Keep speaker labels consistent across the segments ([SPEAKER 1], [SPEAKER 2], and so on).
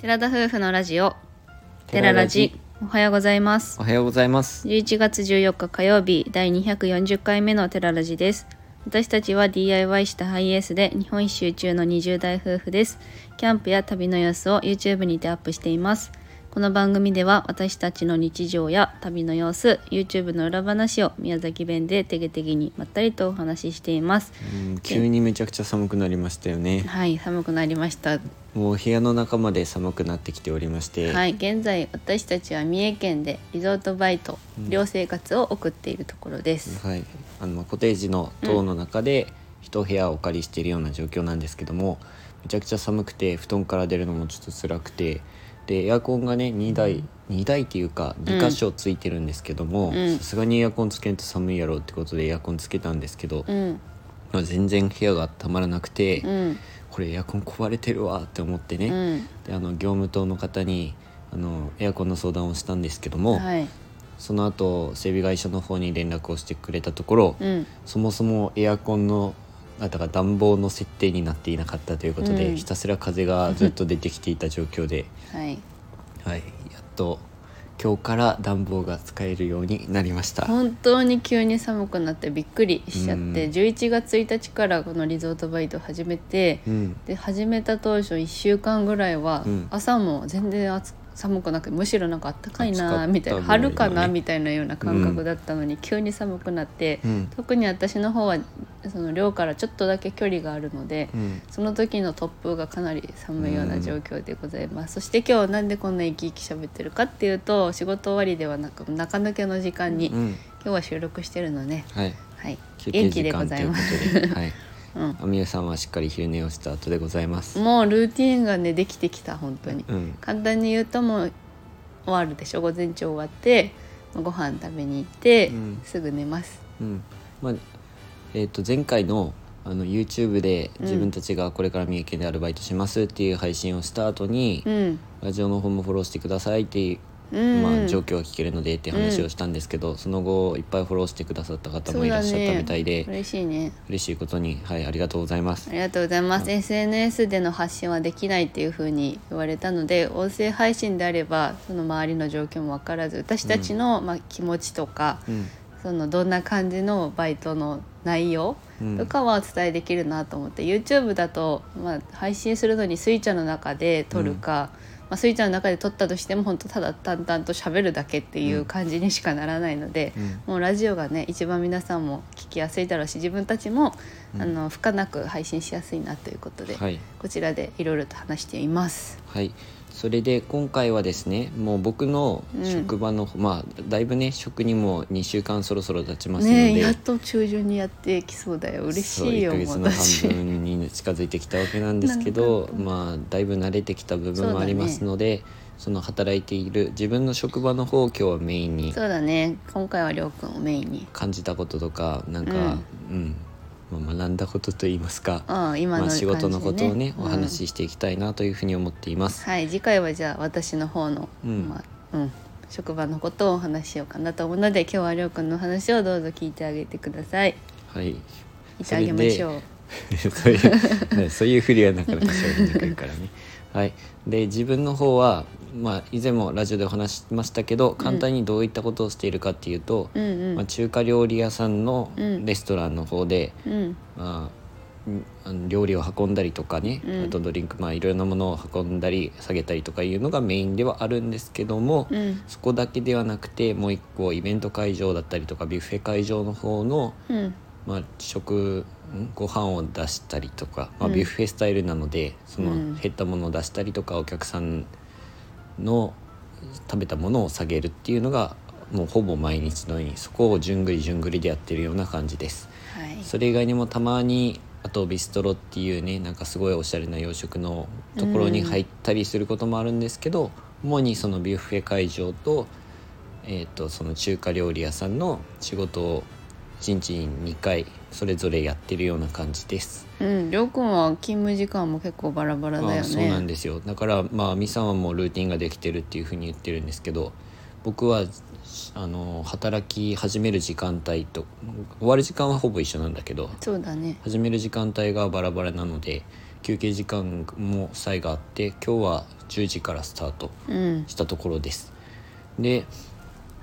[SPEAKER 1] 寺田夫婦のラジオ寺ラジおはようございます
[SPEAKER 2] おはようございます
[SPEAKER 1] 11月14日火曜日第240回目の寺ラジです私たちは DIY したハイエースで日本一周中の20代夫婦ですキャンプや旅の様子を YouTube にてアップしていますこの番組では私たちの日常や旅の様子 YouTube の裏話を宮崎弁でてげてげにまったりとお話ししています
[SPEAKER 2] うん急にめちゃくちゃ寒くなりましたよね
[SPEAKER 1] はい寒くなりました
[SPEAKER 2] もう部屋の中まで寒くなってきておりまして、
[SPEAKER 1] はい、現在私たちは三重県でリゾートバイト、寮生活を送っているところです。
[SPEAKER 2] はいあのコテージの塔の中で一部屋をお借りしているような状況なんですけどもめちゃくちゃ寒くて布団から出るのもちょっと辛くてでエアコンがね2台2台っていうか2箇所ついてるんですけども
[SPEAKER 1] うん
[SPEAKER 2] さすがにエアコンつけんと寒いやろうってことでエアコンつけたんですけど
[SPEAKER 1] う、ん、
[SPEAKER 2] まあ全然部屋が温まらなくて、
[SPEAKER 1] うん、
[SPEAKER 2] これエアコン壊れてるわって思ってね、
[SPEAKER 1] うん、
[SPEAKER 2] であの業務棟の方にあのエアコンの相談をしたんですけども、
[SPEAKER 1] はい、
[SPEAKER 2] その後整備会社の方に連絡をしてくれたところ、
[SPEAKER 1] うん、
[SPEAKER 2] そもそもエアコンのあだから暖房の設定になっていなかったということで、
[SPEAKER 1] うん
[SPEAKER 2] ひたすら風がずっと出てきていた状況で、
[SPEAKER 1] はい。
[SPEAKER 2] はい、やっと今日から暖房が使えるようになりました。
[SPEAKER 1] 本当に急に寒くなってびっくりしちゃっ
[SPEAKER 2] う
[SPEAKER 1] て、
[SPEAKER 2] ん
[SPEAKER 1] 11月1日からこのリゾートバイトを始めて、
[SPEAKER 2] うん
[SPEAKER 1] で始めた当初1週間ぐらいは、
[SPEAKER 2] うん
[SPEAKER 1] 朝も全然暑寒くなくてむしろなんかあったかい
[SPEAKER 2] 暑かっ
[SPEAKER 1] な
[SPEAKER 2] た
[SPEAKER 1] みたいな
[SPEAKER 2] ぐらいだね
[SPEAKER 1] 春かなみたいなような感覚だったのに、急に寒くなって、
[SPEAKER 2] うん
[SPEAKER 1] 特に私の方はその寮からちょっとだけ距離があるので、
[SPEAKER 2] うん
[SPEAKER 1] その時の突風がかなり寒いような状況でございます、そして今日なんでこんな生き生き喋ってるかっていうと仕事終わりではなく中抜けの時間に、
[SPEAKER 2] うん
[SPEAKER 1] 今日は収録してるのね、
[SPEAKER 2] はい
[SPEAKER 1] はい、
[SPEAKER 2] 休憩
[SPEAKER 1] 元気
[SPEAKER 2] 時
[SPEAKER 1] でご
[SPEAKER 2] 間と
[SPEAKER 1] ざ
[SPEAKER 2] い
[SPEAKER 1] いうます。
[SPEAKER 2] ことで、はい、
[SPEAKER 1] うん
[SPEAKER 2] あみゆさんはしっかり昼寝をした後でございます。
[SPEAKER 1] もうルーティンがねできてきた本当に、
[SPEAKER 2] うん、
[SPEAKER 1] 簡単に言うともう終わるでしょ午前中終わってご飯食べに行って、
[SPEAKER 2] うん
[SPEAKER 1] すぐ寝ます
[SPEAKER 2] うんまあえー、と前回のあの YouTube で自分たちがこれから三重県でアルバイトしますっていう配信をした後に、
[SPEAKER 1] うん
[SPEAKER 2] ラジオの方もフォローしてくださいっていう、
[SPEAKER 1] うん、
[SPEAKER 2] まあ、状況が聞けるのでって話をしたんですけど、その後いっぱいフォローしてくださった方もいらっしゃったみたい
[SPEAKER 1] そ
[SPEAKER 2] で、
[SPEAKER 1] うだね、嬉しいね
[SPEAKER 2] 嬉しいことに、はい、ありがとうございます
[SPEAKER 1] あ。りがとうございます、SNS での発信はできないっていうふうに言われたので音声配信であればその周りの状況も分からず私たちの、まあ、気持ちとか
[SPEAKER 2] うん
[SPEAKER 1] そのどんな感じのバイトの内容
[SPEAKER 2] うん
[SPEAKER 1] とかはお伝えできるなと思って、YouTube だと、まあ、配信するのにスイちゃんの中で撮るか、まあ、スイちゃんの中で撮ったとしても本当ただ淡々と喋るだけっていう感じにしかならないので、
[SPEAKER 2] うん
[SPEAKER 1] もうラジオがね一番皆さんも聞きやすいだろうし自分たちも、あの負荷なく配信しやすいなということで、
[SPEAKER 2] はい
[SPEAKER 1] こちらでいろいろと話しています。
[SPEAKER 2] はい、それで今回はですねもう僕の職場の、まあだいぶね職にも2週間そろそろ経ちますので、
[SPEAKER 1] ねえやっと中旬にやってきそうだよ嬉しいよ
[SPEAKER 2] そう1
[SPEAKER 1] も
[SPEAKER 2] ヶ
[SPEAKER 1] う
[SPEAKER 2] 月
[SPEAKER 1] 私
[SPEAKER 2] の半分に近づいてきたわけなんですけどまあだいぶ慣れてきた部分もありますのでそ,、の働いている自分の職場の方を今日はメインに
[SPEAKER 1] そうだね今回はりょうくんをメインに
[SPEAKER 2] 感じたこととかなんか、うんまあ、学んだことといいますか、
[SPEAKER 1] うん今の
[SPEAKER 2] ま
[SPEAKER 1] 感
[SPEAKER 2] あ、
[SPEAKER 1] じで
[SPEAKER 2] 仕
[SPEAKER 1] ね
[SPEAKER 2] 事のことをね、お話
[SPEAKER 1] うん
[SPEAKER 2] ししていきたいなというふうに思っています。
[SPEAKER 1] はい次回はじゃあ私の方の、
[SPEAKER 2] うん
[SPEAKER 1] まあうん、職場のことをお話ししようかなと思うので今日はりょうくんのお話をどうぞ聞いてあげてください
[SPEAKER 2] はい
[SPEAKER 1] 聞いてあげましょう
[SPEAKER 2] そういう、ねそういうふりはなかなか喋りにくいからね。はい、で自分の方は、まあ、以前もラジオでお話ししましたけど簡単にどういったことをしているかっていうと、
[SPEAKER 1] うんうん
[SPEAKER 2] まあ、中華料理屋さんの
[SPEAKER 1] うん
[SPEAKER 2] レストランの方で、
[SPEAKER 1] うん
[SPEAKER 2] まあんあの料理を運んだりとかね、
[SPEAKER 1] うん
[SPEAKER 2] あとドリンク、まあ、いろいろなものを運んだり下げたりとかいうのがメインではあるんですけども、
[SPEAKER 1] うん
[SPEAKER 2] そこだけではなくてもう一個イベント会場だったりとかビュッフェ会場の方の
[SPEAKER 1] うん
[SPEAKER 2] まあ、食んご飯を出したりとか、まあ、
[SPEAKER 1] うん
[SPEAKER 2] ビュッフェスタイルなので、そ
[SPEAKER 1] うん
[SPEAKER 2] の減ったものを出したりとかお客さんの食べたものを下げるっていうのがもうほぼ毎日のようにそこを順繰り順繰りでやってるような感じです。
[SPEAKER 1] はい
[SPEAKER 2] それ以外にもたまにあとビストロっていうねなんかすごいおしゃれな洋食のところに入ったりすることもあるんですけど、主にそのビュッフェ会場と,、えー、とその中華料理屋さんの仕事を1日に2回それぞれやってるような感じです。
[SPEAKER 1] うんりょうくんは勤務時間も結構バラバラだよね
[SPEAKER 2] あそうなんですよだからまあみさんはもうルーティンができてるっていうふうに言ってるんですけど僕はあの働き始める時間帯と終わる時間はほぼ一緒なんだけど
[SPEAKER 1] そうだね
[SPEAKER 2] 始める時間帯がバラバラなので休憩時間も差異があって今日は10時からスタート
[SPEAKER 1] うん
[SPEAKER 2] したところです。で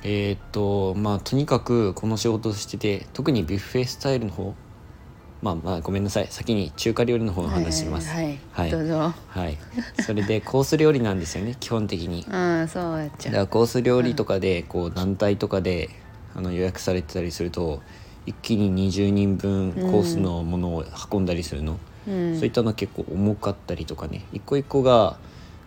[SPEAKER 2] えーっとまあとにかくこの仕事をしてて特にビュッフェスタイルの方まあまあごめんなさい先に中華料理の方の話します。
[SPEAKER 1] はい、
[SPEAKER 2] はい
[SPEAKER 1] どうぞ
[SPEAKER 2] はい、それでコース料理なんですよね基本的に。
[SPEAKER 1] うんそうやっち
[SPEAKER 2] だか
[SPEAKER 1] ゃう
[SPEAKER 2] らコース料理とかでこう団体とかであの予約されてたりすると一気に20人分コースのものを運んだりするの、
[SPEAKER 1] うん
[SPEAKER 2] そういったの結構重かったりとかね一個一個が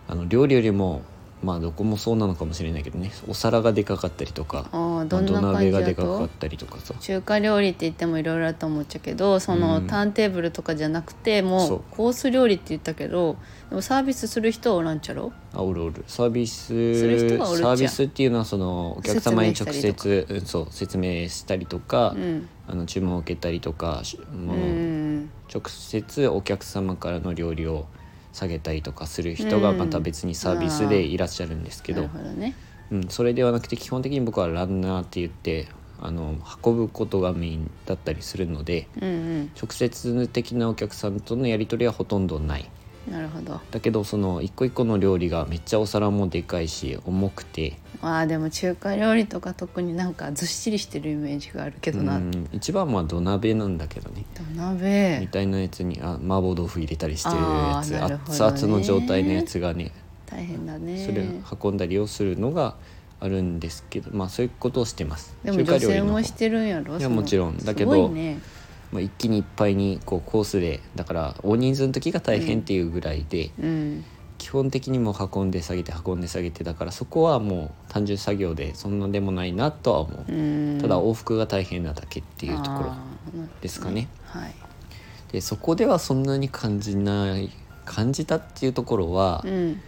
[SPEAKER 2] あの料理よりもまあどこもそうなのかもしれないけどねお皿がでかかったりとか
[SPEAKER 1] あー
[SPEAKER 2] ま
[SPEAKER 1] ど
[SPEAKER 2] あ
[SPEAKER 1] ん
[SPEAKER 2] 土
[SPEAKER 1] な感
[SPEAKER 2] 鍋
[SPEAKER 1] じ
[SPEAKER 2] がで
[SPEAKER 1] だ
[SPEAKER 2] かか
[SPEAKER 1] と
[SPEAKER 2] ったりとかさ
[SPEAKER 1] 中華料理って言ってもいろいろあると思っちゃうけどその、
[SPEAKER 2] うん
[SPEAKER 1] ターンテーブルとかじゃなくて
[SPEAKER 2] そ
[SPEAKER 1] も
[SPEAKER 2] う
[SPEAKER 1] うコース料理って言ったけどでもサービスする人はおらんちゃろ
[SPEAKER 2] あおるおるサービス
[SPEAKER 1] る人はおるじゃ
[SPEAKER 2] サ
[SPEAKER 1] ん
[SPEAKER 2] ービスっていうのはそのお客様に直
[SPEAKER 1] 説明した
[SPEAKER 2] 接うんそう説明したりとか、
[SPEAKER 1] うん
[SPEAKER 2] あの注文を受けたりとかし
[SPEAKER 1] う
[SPEAKER 2] もう、
[SPEAKER 1] ん
[SPEAKER 2] 直接お客様からの料理を下げたりとかする人が
[SPEAKER 1] うん
[SPEAKER 2] また別にサービスでいらっしゃるんですけ
[SPEAKER 1] な
[SPEAKER 2] ど、
[SPEAKER 1] るほどね
[SPEAKER 2] うんそれではなくて基本的に僕はランナーって言ってあの運ぶことがメインだったりするので
[SPEAKER 1] うん
[SPEAKER 2] 直接的なお客さんとのやり取りはほとんどない。
[SPEAKER 1] うんなるほど
[SPEAKER 2] だけどその一個一個の料理がめっちゃお皿もでかいし重くて
[SPEAKER 1] あーでも中華料理とか特になんかずっしりしてるイメージがあるけどな、
[SPEAKER 2] うん一番はまあ土鍋なんだけどね
[SPEAKER 1] 土
[SPEAKER 2] み
[SPEAKER 1] 鍋
[SPEAKER 2] たいなやつにあ麻婆豆腐入れたりしてるやつ
[SPEAKER 1] あーなるほど
[SPEAKER 2] 熱
[SPEAKER 1] ね
[SPEAKER 2] 々の状態のやつがね
[SPEAKER 1] 大変だね
[SPEAKER 2] それを運んだりをするのがあるんですけどまあそういうことをしてます
[SPEAKER 1] でも女性
[SPEAKER 2] の
[SPEAKER 1] もし
[SPEAKER 2] 方
[SPEAKER 1] てるんやろ
[SPEAKER 2] いや
[SPEAKER 1] その
[SPEAKER 2] もちろんだけど
[SPEAKER 1] すごいね
[SPEAKER 2] まあ、一気にいっぱいにこうコースでだから大人数の時が大変っていうぐらいで、
[SPEAKER 1] うん
[SPEAKER 2] 基本的にもう運んで下げて運んで下げてだからそこはもう単純作業でそんなでもないなとは思う、
[SPEAKER 1] うん
[SPEAKER 2] ただ往復が大変なだけっていうところ
[SPEAKER 1] あーなるほど
[SPEAKER 2] ですかね
[SPEAKER 1] はい
[SPEAKER 2] でそこではそんなに感じない感じたっていうところは、
[SPEAKER 1] うん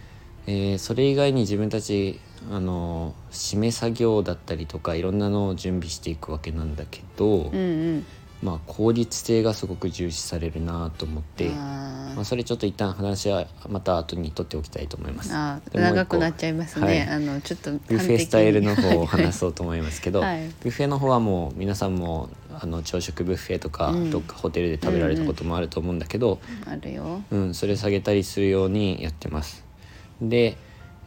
[SPEAKER 2] えーそれ以外に自分たちあの締め作業だったりとかいろんなのを準備していくわけなんだけど、
[SPEAKER 1] うんうん
[SPEAKER 2] まあ、効率性がすごく重視されるなと思って
[SPEAKER 1] あ
[SPEAKER 2] まあ、それちょっと一旦話はまた後に取っておきたいと思います。
[SPEAKER 1] ーあー
[SPEAKER 2] でもう一個
[SPEAKER 1] 長くなっちゃいますね、
[SPEAKER 2] はい
[SPEAKER 1] あのちょっと
[SPEAKER 2] ビュッフェスタイル の方を話
[SPEAKER 1] す
[SPEAKER 2] そうと思いますけど、
[SPEAKER 1] はい
[SPEAKER 2] ビュッフェの方はもう皆さんもあの朝食ビュッフェとか、
[SPEAKER 1] うん
[SPEAKER 2] どっかホテルで食べられたこともあると思うんだけど、
[SPEAKER 1] あるよ
[SPEAKER 2] うん、それ下げたりするようにやってます。で、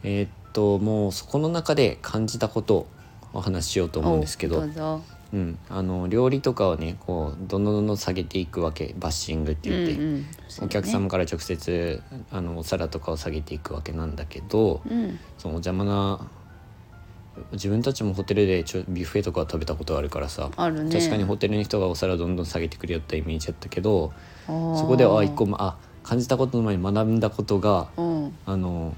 [SPEAKER 2] えーっともうそこの中で感じたことをお話ししようと思うんですけ
[SPEAKER 1] お
[SPEAKER 2] ど、
[SPEAKER 1] うぞ
[SPEAKER 2] うん、あの料理とかをね、こうどんどんどんどん下げていくわけ、バッシングって言って、
[SPEAKER 1] うんうん
[SPEAKER 2] お客様から直接あのお皿とかを下げていくわけなんだけど、
[SPEAKER 1] うん
[SPEAKER 2] そのお邪魔な自分たちもホテルでちょビュッフェとかは食べたことあるからさ、
[SPEAKER 1] あるね
[SPEAKER 2] 確かにホテルの人がお皿をどんどん下げてくれよったイメージだったけど。
[SPEAKER 1] そ
[SPEAKER 2] そこではあ一個もあ感じたことの前に学んだことが
[SPEAKER 1] うん
[SPEAKER 2] あの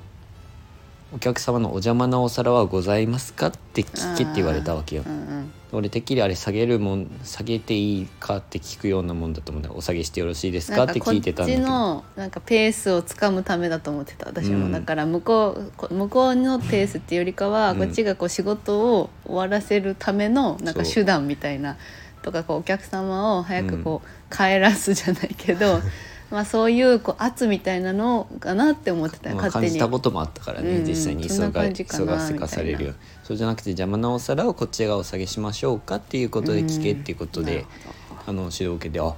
[SPEAKER 2] お客様のお邪魔なお皿はございますかって聞けって言われたわけよ
[SPEAKER 1] う。ん
[SPEAKER 2] 俺てっきりあれ下げるもん下げていいかって聞くようなもんだと思うんだよお下げしてよろしいです
[SPEAKER 1] なん
[SPEAKER 2] かっ
[SPEAKER 1] か
[SPEAKER 2] て
[SPEAKER 1] こ
[SPEAKER 2] 聞
[SPEAKER 1] っ
[SPEAKER 2] いてたん
[SPEAKER 1] ち
[SPEAKER 2] だ
[SPEAKER 1] のなんかペースをつかむためだと思ってた私も、
[SPEAKER 2] うん
[SPEAKER 1] だから向こうこ向こうのペースっていうよりかは、
[SPEAKER 2] うん
[SPEAKER 1] こっちがこう仕事を終わらせるためのなんか
[SPEAKER 2] そう
[SPEAKER 1] 手段みたいなとかこうお客様を早くこう帰らすじゃないけど、 まあそういうこう圧みたいなのかなって思ってた
[SPEAKER 2] け
[SPEAKER 1] よ、
[SPEAKER 2] ど、まあ、
[SPEAKER 1] 勝
[SPEAKER 2] 感
[SPEAKER 1] 手
[SPEAKER 2] じ
[SPEAKER 1] に
[SPEAKER 2] たこともあったからね、
[SPEAKER 1] うんうん
[SPEAKER 2] 実際に
[SPEAKER 1] そんな
[SPEAKER 2] 急が
[SPEAKER 1] 感じか
[SPEAKER 2] 急
[SPEAKER 1] な
[SPEAKER 2] がせかされる
[SPEAKER 1] みたい
[SPEAKER 2] よ
[SPEAKER 1] な
[SPEAKER 2] そうじゃなくて邪魔なお皿をこっちがお下げしましょうかっていうことで聞けっていうこと
[SPEAKER 1] うんな
[SPEAKER 2] で、
[SPEAKER 1] る
[SPEAKER 2] あの指導を受けてあ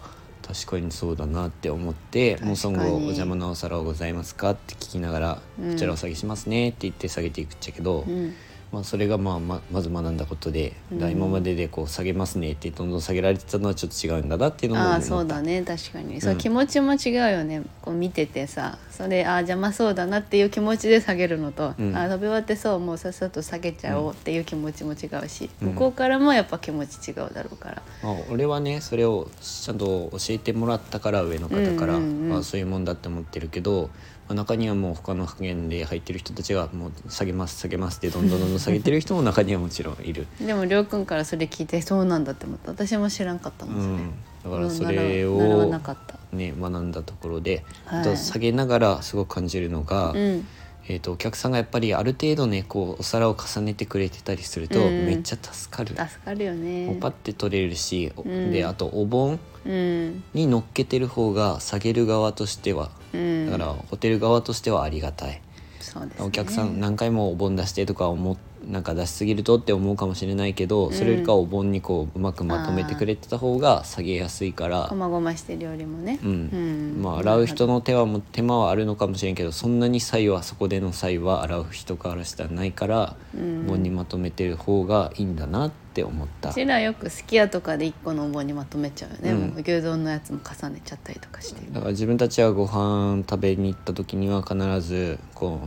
[SPEAKER 2] 確かにそうだなって思ってもうその
[SPEAKER 1] 確
[SPEAKER 2] 後
[SPEAKER 1] か
[SPEAKER 2] お
[SPEAKER 1] に
[SPEAKER 2] 邪魔なお皿はございますかって聞きながら、
[SPEAKER 1] うん
[SPEAKER 2] こちらお下げしますねって言って下げていくっちゃけど、
[SPEAKER 1] うん
[SPEAKER 2] まあ、それがまあままず学んだことで、だから
[SPEAKER 1] うん
[SPEAKER 2] 今まででこう下げますねってどんどん下げられてたのはちょっと違うんだなっていうのも
[SPEAKER 1] あ
[SPEAKER 2] 思
[SPEAKER 1] あ
[SPEAKER 2] っ
[SPEAKER 1] そう
[SPEAKER 2] た
[SPEAKER 1] だね確かにそう、
[SPEAKER 2] うん
[SPEAKER 1] 気持ちも違うよねこう見ててさそれああ邪魔そうだなっていう気持ちで下げるのと、
[SPEAKER 2] うん
[SPEAKER 1] ああ食べ終わってそうもうさっさと下げちゃおうっていう気持ちも違うし、
[SPEAKER 2] うん
[SPEAKER 1] 向こうからもやっぱ気持ち違うだろうから、
[SPEAKER 2] まあ、俺はねそれをちゃんと教えてもらったから上の方から、
[SPEAKER 1] うんうんうん
[SPEAKER 2] まあ、そういうもんだって思ってるけど、まあ、中にはもう他の派遣で入ってる人たちがもう下げます下げますってどんどんどんどん下げてる人も中にはもちろんいる。
[SPEAKER 1] でもりょうくんからそれ聞いてそうなんだって思った私も知らんかったもんそれ、
[SPEAKER 2] うん、だからそれ
[SPEAKER 1] 習わ習わ
[SPEAKER 2] を
[SPEAKER 1] なかった
[SPEAKER 2] ね学んだところで、
[SPEAKER 1] はい
[SPEAKER 2] あと下げながらすごく感じるのが、
[SPEAKER 1] うん
[SPEAKER 2] えー、とお客さんがやっぱりある程度ねこうお皿を重ねてくれてたりすると、
[SPEAKER 1] うん
[SPEAKER 2] めっちゃ助かる。
[SPEAKER 1] 助かるよね
[SPEAKER 2] もうパッて取れるし、お
[SPEAKER 1] うん
[SPEAKER 2] であとお盆
[SPEAKER 1] うん
[SPEAKER 2] に乗っけてる方が下げる側としては
[SPEAKER 1] うん
[SPEAKER 2] だからホテル側としてはありがたい、
[SPEAKER 1] そうです、ね、
[SPEAKER 2] お客さん何回もお盆出してとか思なんか出しすぎるとって思うかもしれないけど、それよりかはお盆にこううまくまとめてくれてた方が下げやすいから
[SPEAKER 1] こ、まごましてるよりもね、
[SPEAKER 2] うんまあ洗う人の手はも手間はあるのかもしれんけどそんなに差異はそこでの差異は洗う人からしたらないから、
[SPEAKER 1] うん
[SPEAKER 2] 盆にまとめてる方がいいんだなって思った
[SPEAKER 1] う。ちらよくすき家とかで一個のお盆にまとめちゃうよね、
[SPEAKER 2] うん
[SPEAKER 1] もう牛丼のやつも重ねちゃったりとかして
[SPEAKER 2] だから自分たちはご飯食べに行った時には必ずこ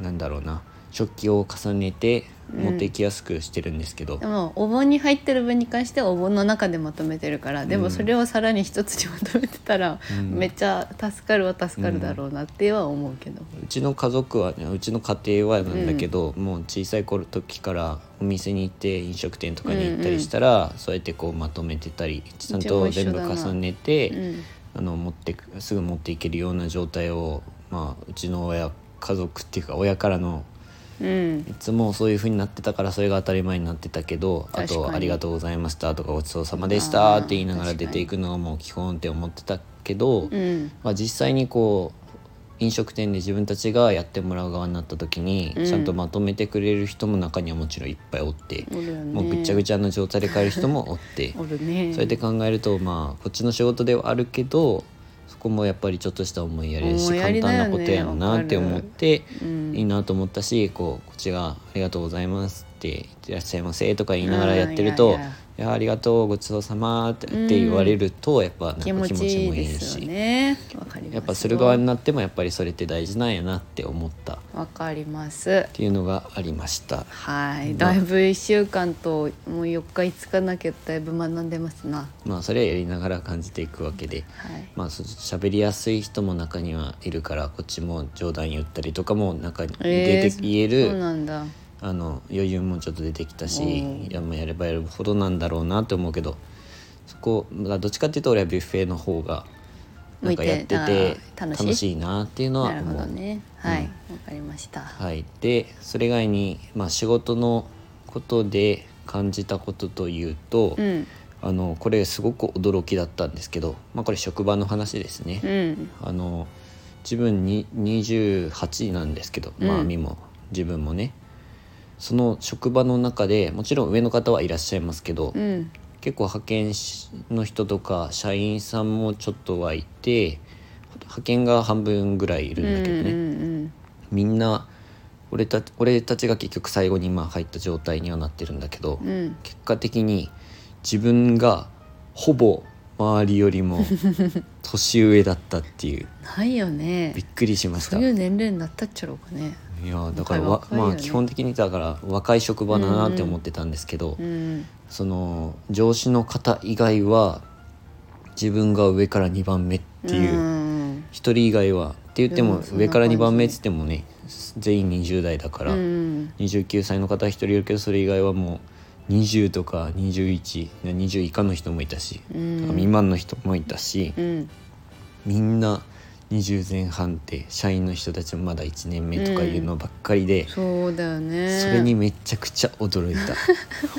[SPEAKER 2] うなんだろうな食器を重ねて持っていきやすくしてるんですけど、
[SPEAKER 1] でもお盆に入ってる分に関してはお盆の中でまとめてるからでもそれをさらに一つにまとめてたら、
[SPEAKER 2] うん
[SPEAKER 1] めっちゃ助かるは助かるだろうなっては思うけど、
[SPEAKER 2] うちの家族はねうちの家庭はなんだけど、もう小さい頃時からお店に行って飲食店とかに行ったりしたら、そうやってこうまとめてたりちゃんと全部重ねて、
[SPEAKER 1] うん
[SPEAKER 2] あの持ってくすぐ持っていけるような状態を、まあ、うちの親家族っていうか親からの
[SPEAKER 1] うん
[SPEAKER 2] いつもそういう風になってたからそれが当たり前になってたけどあ
[SPEAKER 1] 確か
[SPEAKER 2] と「
[SPEAKER 1] に
[SPEAKER 2] ありがとうございました」とか「ごちそうさまでした」って言いなが
[SPEAKER 1] あ
[SPEAKER 2] ら
[SPEAKER 1] ー確かに
[SPEAKER 2] 出ていくのがもう基本って思ってたけど、
[SPEAKER 1] うん
[SPEAKER 2] まあ、実際にこう飲食店で自分たちがやってもらう側になった時に、ちゃんとまとめてくれる人も中にはもちろんいっぱいおって、
[SPEAKER 1] おるよね
[SPEAKER 2] もうぐっちゃぐちゃな状態で帰る人もおって。
[SPEAKER 1] おるね
[SPEAKER 2] そうやって考えるとまあこっちの仕事ではあるけどそこもやっぱりちょっとした思いやりだし
[SPEAKER 1] 思いやりだ
[SPEAKER 2] 簡単
[SPEAKER 1] よね
[SPEAKER 2] なことやろなって思って、
[SPEAKER 1] うん
[SPEAKER 2] いいなと思ったしこうこっちが「ありがとうございます」って「いってらっしゃいませ」とか言いながらやって
[SPEAKER 1] う
[SPEAKER 2] る
[SPEAKER 1] んい
[SPEAKER 2] と
[SPEAKER 1] やいや
[SPEAKER 2] 「いやありがとうごちそうさま」って言われるとやっぱなんか気
[SPEAKER 1] 気
[SPEAKER 2] 持
[SPEAKER 1] 持
[SPEAKER 2] ち
[SPEAKER 1] ちいい
[SPEAKER 2] もい
[SPEAKER 1] で
[SPEAKER 2] い
[SPEAKER 1] す
[SPEAKER 2] し、
[SPEAKER 1] よねわかります
[SPEAKER 2] やっぱする側になってもやっぱりそれって大事なんやなって思ったっ
[SPEAKER 1] わかります
[SPEAKER 2] ていうのがありました。
[SPEAKER 1] はいだいぶ1週間ともう4日5日なきゃだいぶ学んでますな
[SPEAKER 2] まあそれはやりながら感じていくわけで。
[SPEAKER 1] はい
[SPEAKER 2] まあそ喋りやすい人も中にはいるからこっちも冗談言ったりとかも中に
[SPEAKER 1] えー
[SPEAKER 2] 出て言える、
[SPEAKER 1] そうなんだ
[SPEAKER 2] あの余裕もちょっと出てきたし、
[SPEAKER 1] うん
[SPEAKER 2] いやもうやればやるほどなんだろうなって思うけどそこまあどっちかっていうと俺はビュッフェの方がなんかやって
[SPEAKER 1] 向いて
[SPEAKER 2] て
[SPEAKER 1] あー楽しい
[SPEAKER 2] 楽しいなっていうのは
[SPEAKER 1] なる
[SPEAKER 2] 思
[SPEAKER 1] ほ
[SPEAKER 2] う。
[SPEAKER 1] どねはいわ、かりました
[SPEAKER 2] はい、でそれ以外に、まあ、仕事のことで感じたことというと、
[SPEAKER 1] うん
[SPEAKER 2] あのこれすごく驚きだったんですけど、まあ、これ職場の話ですね。
[SPEAKER 1] うん
[SPEAKER 2] あの自分に28なんですけど、まあみも自分もねその職場の中でもちろん上の方はいらっしゃいますけど、
[SPEAKER 1] うん
[SPEAKER 2] 結構派遣しの人とか社員さんもちょっとはいて派遣が半分ぐらいいるんだけどね、
[SPEAKER 1] うん
[SPEAKER 2] みんな俺た俺たちが結局最後に今入った状態にはなってるんだけど、
[SPEAKER 1] うんうん
[SPEAKER 2] 結果的に自分がほぼ周りより も年上だったっていう。
[SPEAKER 1] ないよね
[SPEAKER 2] びっくりしました
[SPEAKER 1] そういう年齢になったっちゃろうかね
[SPEAKER 2] いやだからわ
[SPEAKER 1] 若いよね
[SPEAKER 2] まあ基本的にだから若い職場だなって思ってたんですけど、
[SPEAKER 1] うん
[SPEAKER 2] その上司の方以外は自分が上から2番目っていう、
[SPEAKER 1] うん
[SPEAKER 2] 一人以外はって言って
[SPEAKER 1] う
[SPEAKER 2] も
[SPEAKER 1] んそんな
[SPEAKER 2] 上から2番目っつってもね全員20代だから、
[SPEAKER 1] うん
[SPEAKER 2] 29歳の方一人いるけどそれ以外はもう20とか2120以下の人もいたし、
[SPEAKER 1] うん
[SPEAKER 2] とか未満の人もいたし、
[SPEAKER 1] うん
[SPEAKER 2] みんな20前半って社員の人たちもまだ1年目とかいうのばっかりで。
[SPEAKER 1] そうだよね
[SPEAKER 2] それにめちゃくちゃ驚いた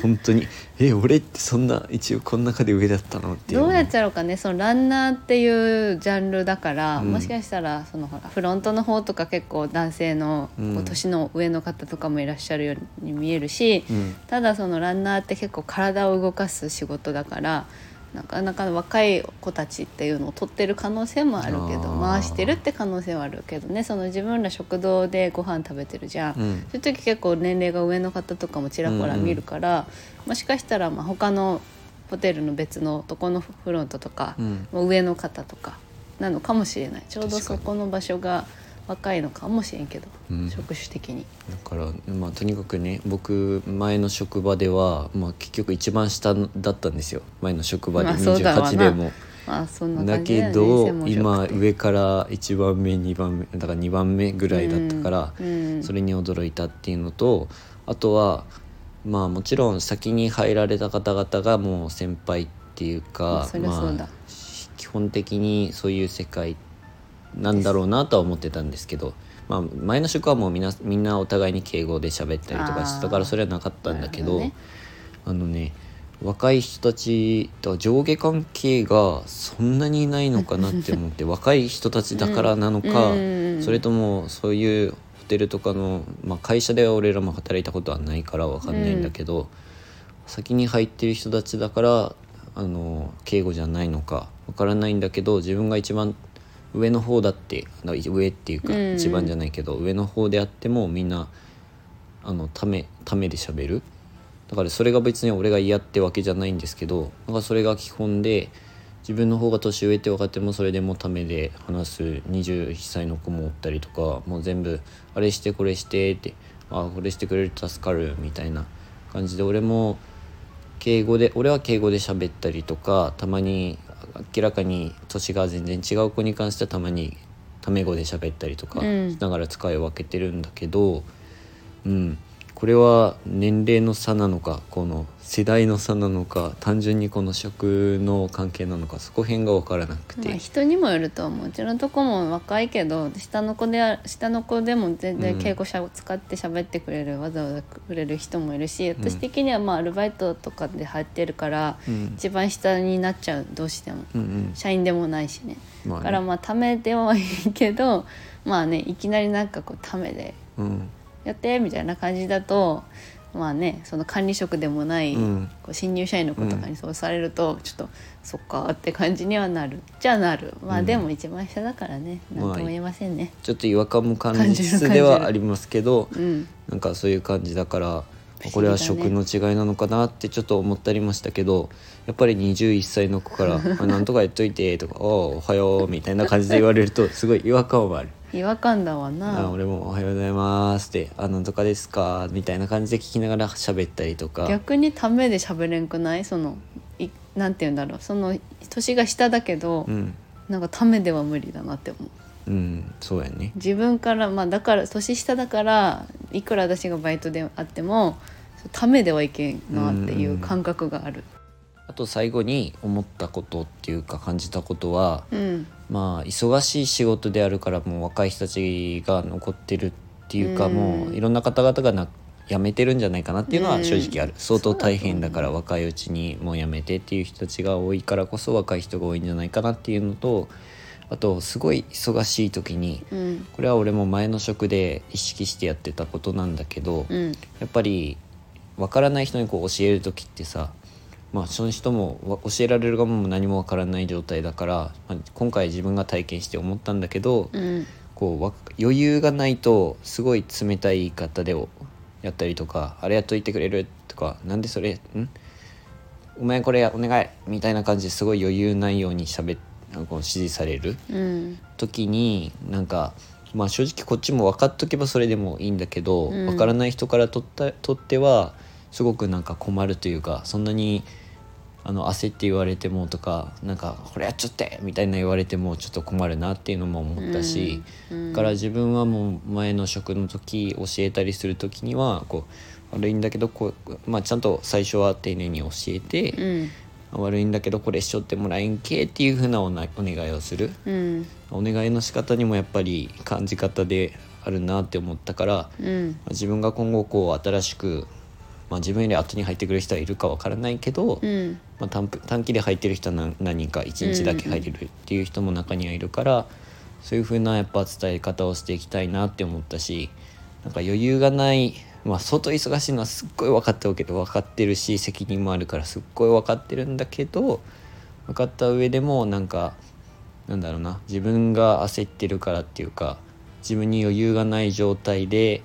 [SPEAKER 2] 本当にえ俺ってそんな一応この中で上だったのっていう
[SPEAKER 1] どうやっちゃろうかねそのランナーっていうジャンルだから、
[SPEAKER 2] うん
[SPEAKER 1] もしかしたらそのほらフロントの方とか結構男性のこう
[SPEAKER 2] うん
[SPEAKER 1] 年の上の方とかもいらっしゃるように見えるし、
[SPEAKER 2] うん
[SPEAKER 1] ただそのランナーって結構体を動かす仕事だからなかなか若い子たちっていうのを取ってる可能性もあるけど
[SPEAKER 2] あー
[SPEAKER 1] 回してるって可能性はあるけどねその自分ら食堂でご飯食べてるじゃん。
[SPEAKER 2] うん
[SPEAKER 1] そういう時結構年齢が上の方とかもちらほら見るから、もしかしたらまあ他のホテルの別のとこのフロントとか、
[SPEAKER 2] うん
[SPEAKER 1] もう上の方とかなのかもしれないちょうど
[SPEAKER 2] 確か
[SPEAKER 1] そ
[SPEAKER 2] に
[SPEAKER 1] この場所が若いのかもしれんけど、
[SPEAKER 2] うん
[SPEAKER 1] 職種的に。
[SPEAKER 2] だから、まあ、とにかくね僕前の職場では、まあ、結局一番下だったんですよ前の職場で
[SPEAKER 1] まあそうだわな
[SPEAKER 2] 28でも。
[SPEAKER 1] まあそんな
[SPEAKER 2] だ
[SPEAKER 1] 感じ
[SPEAKER 2] け
[SPEAKER 1] よね
[SPEAKER 2] ど
[SPEAKER 1] 専門職
[SPEAKER 2] 今
[SPEAKER 1] って
[SPEAKER 2] 上から1番目2番目だから2番目ぐらいだったから、
[SPEAKER 1] うん
[SPEAKER 2] それに驚いたっていうのとあとはまあもちろん先に入られた方々がもう先輩っていう
[SPEAKER 1] まあ
[SPEAKER 2] か
[SPEAKER 1] そりゃそうだ
[SPEAKER 2] まあ基本的にそういう世界なんだろうなとは思ってたんですけど、まあ、前の職はもうみんなみんなお互いに敬語で喋ったりとかしてたか
[SPEAKER 1] あー
[SPEAKER 2] らそれはなかったんだけど
[SPEAKER 1] なる
[SPEAKER 2] あのね若い人たちと上下関係がそんな にいないのかなって思って若い人たちだからなのか、
[SPEAKER 1] うん
[SPEAKER 2] それともそういうホテルとかの、まあ、会社では俺らも働いたことはないからわかんないんだけど、先に入ってる人たちだからあの敬語じゃないのかわからないんだけど自分が一番上の方だってあの上っていうか
[SPEAKER 1] うんうん
[SPEAKER 2] 一番じゃないけど、上の方であってもみんなあのためためで喋るだからそれが別に俺が嫌ってわけじゃないんですけどなんかそれが基本で自分の方が年上って分かってもそれでもためで話す21歳の子もおったりとかもう全部あれしてこれしてってああこれしてくれると助かるみたいな感じで俺も敬語で俺は敬語で喋ったりとかたまに明らかに年が全然違う子に関してはたまにタメ語で喋ったりとか
[SPEAKER 1] うん
[SPEAKER 2] しながら使い分けてるんだけど、うんこれは年齢の差なのかこの世代の差なのか単純にこの職の関係なのかそこ辺が分からなくて、
[SPEAKER 1] まあ、人にもよると思ううちのとこも若いけど下の子であ下の子でも全
[SPEAKER 2] う
[SPEAKER 1] 然
[SPEAKER 2] ん
[SPEAKER 1] 敬語しゃ使って喋ってくれる、わざわざくれる人もいるし私的にはまあアルバイトとかで入ってるから、
[SPEAKER 2] うん
[SPEAKER 1] 一番下になっちゃうどうしても
[SPEAKER 2] うんうん
[SPEAKER 1] 社員でもないしね
[SPEAKER 2] まあ
[SPEAKER 1] だ
[SPEAKER 2] ね
[SPEAKER 1] からまあためではいいけど まあねいきなりなんかこうためで
[SPEAKER 2] うん
[SPEAKER 1] やってみたいな感じだとまあねその管理職でもない、
[SPEAKER 2] うん
[SPEAKER 1] こう新入社員の子とかにそうされると、ちょっとそっかって感じにはなるじゃあなるまあ
[SPEAKER 2] うん
[SPEAKER 1] でも一番下だからね何、なん、とも言えませんね、
[SPEAKER 2] ちょっと違和感も感じつ
[SPEAKER 1] 感じ
[SPEAKER 2] つ
[SPEAKER 1] る
[SPEAKER 2] ではありますけど
[SPEAKER 1] うん
[SPEAKER 2] なんかそういう感じだから
[SPEAKER 1] 不思議だね
[SPEAKER 2] これは食の違いなのかなってちょっと思ったりましたけどやっぱり21歳の子から「あなんとかやっといて」とか「 おうおはよう」みたいな感じで言われるとすごい違和感はある。
[SPEAKER 1] 違和感だわ
[SPEAKER 2] あ
[SPEAKER 1] な
[SPEAKER 2] 俺も「おはようございます」って「あなんとかですか」みたいな感じで聞きながら喋ったりとか
[SPEAKER 1] 逆にためで喋れんくないそのいなんて言うんだろうその年が下だけど、
[SPEAKER 2] うん
[SPEAKER 1] なんかためでは無理だなって思う
[SPEAKER 2] うんそうやね
[SPEAKER 1] 自分からまあだから年下だからいくら私がバイトであってもためではいけんなっていう感覚がある
[SPEAKER 2] あと最後に思ったことっていうか感じたことは
[SPEAKER 1] うん
[SPEAKER 2] まあ忙しい仕事であるからもう若い人たちが残ってるっていうか、
[SPEAKER 1] うん
[SPEAKER 2] もういろんな方々がな辞めてるんじゃないかなっていうの
[SPEAKER 1] う
[SPEAKER 2] は
[SPEAKER 1] ん
[SPEAKER 2] 正直ある、相
[SPEAKER 1] そ
[SPEAKER 2] 当
[SPEAKER 1] うだと思う
[SPEAKER 2] 大変だから若いうちにもう辞めてっていう人たちが多いからこそ若い人が多いんじゃないかなっていうのとあとすごい忙しい時に
[SPEAKER 1] うん
[SPEAKER 2] これは俺も前の職で意識してやってたことなんだけど、
[SPEAKER 1] うん
[SPEAKER 2] やっぱり分からない人にこう教える時ってさまあその人もわ教えられる側も何も分からない状態だから、まあ今回自分が体験して思ったんだけど、
[SPEAKER 1] うん
[SPEAKER 2] こうわ余裕がないとすごい冷たい言い方でおやったりとか「あれやっといてくれる」とか「なんでそれんお前これやお願い」みたいな感じですごい余裕ないようにしゃべこう指示される。
[SPEAKER 1] うん
[SPEAKER 2] 時になんかまあ正直こっちも分かっとけばそれでもいいんだけど、
[SPEAKER 1] うん
[SPEAKER 2] 分からない人からとったとってはすごくなんか困るというかそんなにあの焦って言われてもとかなんか「これやっちゃって!」みたいな言われてもちょっと困るなっていうのも思ったし、
[SPEAKER 1] うん
[SPEAKER 2] だから自分はもう前の職の時教えたりする時にはこう悪いんだけどこう、まあ、ちゃんと最初は丁寧に教えて。
[SPEAKER 1] うん
[SPEAKER 2] 悪いんだけどこれしちょってもらえんけっていうふうなおなお願いをする
[SPEAKER 1] うん
[SPEAKER 2] お願いの仕方にもやっぱり感じ方であるなって思ったから
[SPEAKER 1] うん
[SPEAKER 2] 自分が今後こう新しく、まあ、自分より後に入ってくる人はいるかわからないけど、
[SPEAKER 1] うん
[SPEAKER 2] まあ、短短期で入ってる人は何何人か1日だけ入れるっていう人も中にはいるから、そういう風なやっぱ伝え方をしていきたいなって思ったしなんか余裕がない、まあ、相当忙しいのはすっごい分かっておけど分かってるし責任もあるからすっごい分かってるんだけど分かった上でもなんかなんだろうな自分が焦ってるからっていうか自分に余裕がない状態で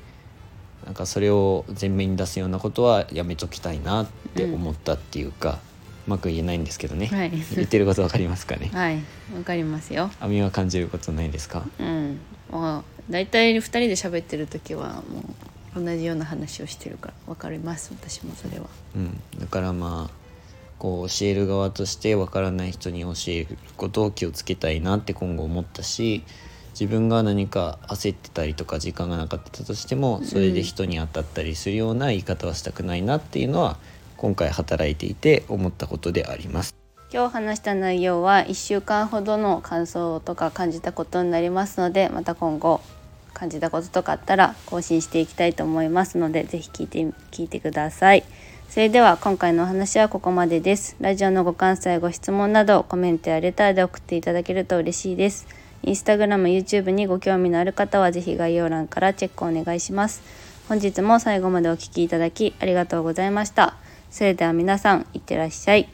[SPEAKER 2] なんかそれを前面に出すようなことはやめときたいなって思ったっていうか、うまく言えないんですけどね、
[SPEAKER 1] はい
[SPEAKER 2] 言ってることわかりますかね
[SPEAKER 1] はいわかりますよ
[SPEAKER 2] アミは感じることないですか
[SPEAKER 1] うんまあ大体2人で喋ってる時はもう同じような話をしてるからわかります私もそれは
[SPEAKER 2] うん、だからまあこう教える側としてわからない人に教えることを気をつけたいなって今後思ったし自分が何か焦ってたりとか時間がなかったとしてもそれで人に当たったりするような言い方はしたくないなっていうのは今回働いていて思ったことであります。
[SPEAKER 1] 今日話した内容は1週間ほどの感想とか感じたことになりますのでまた今後感じたこととかあったら更新していきたいと思いますのでぜひ聞いて聞いてくださいそれでは今回のお話はここまでですラジオのご感想やご質問などコメントやレターで送っていただけると嬉しいですインスタグラム YouTube にご興味のある方はぜひ概要欄からチェックお願いします本日も最後までお聴きいただきありがとうございましたそれでは皆さんいってらっしゃい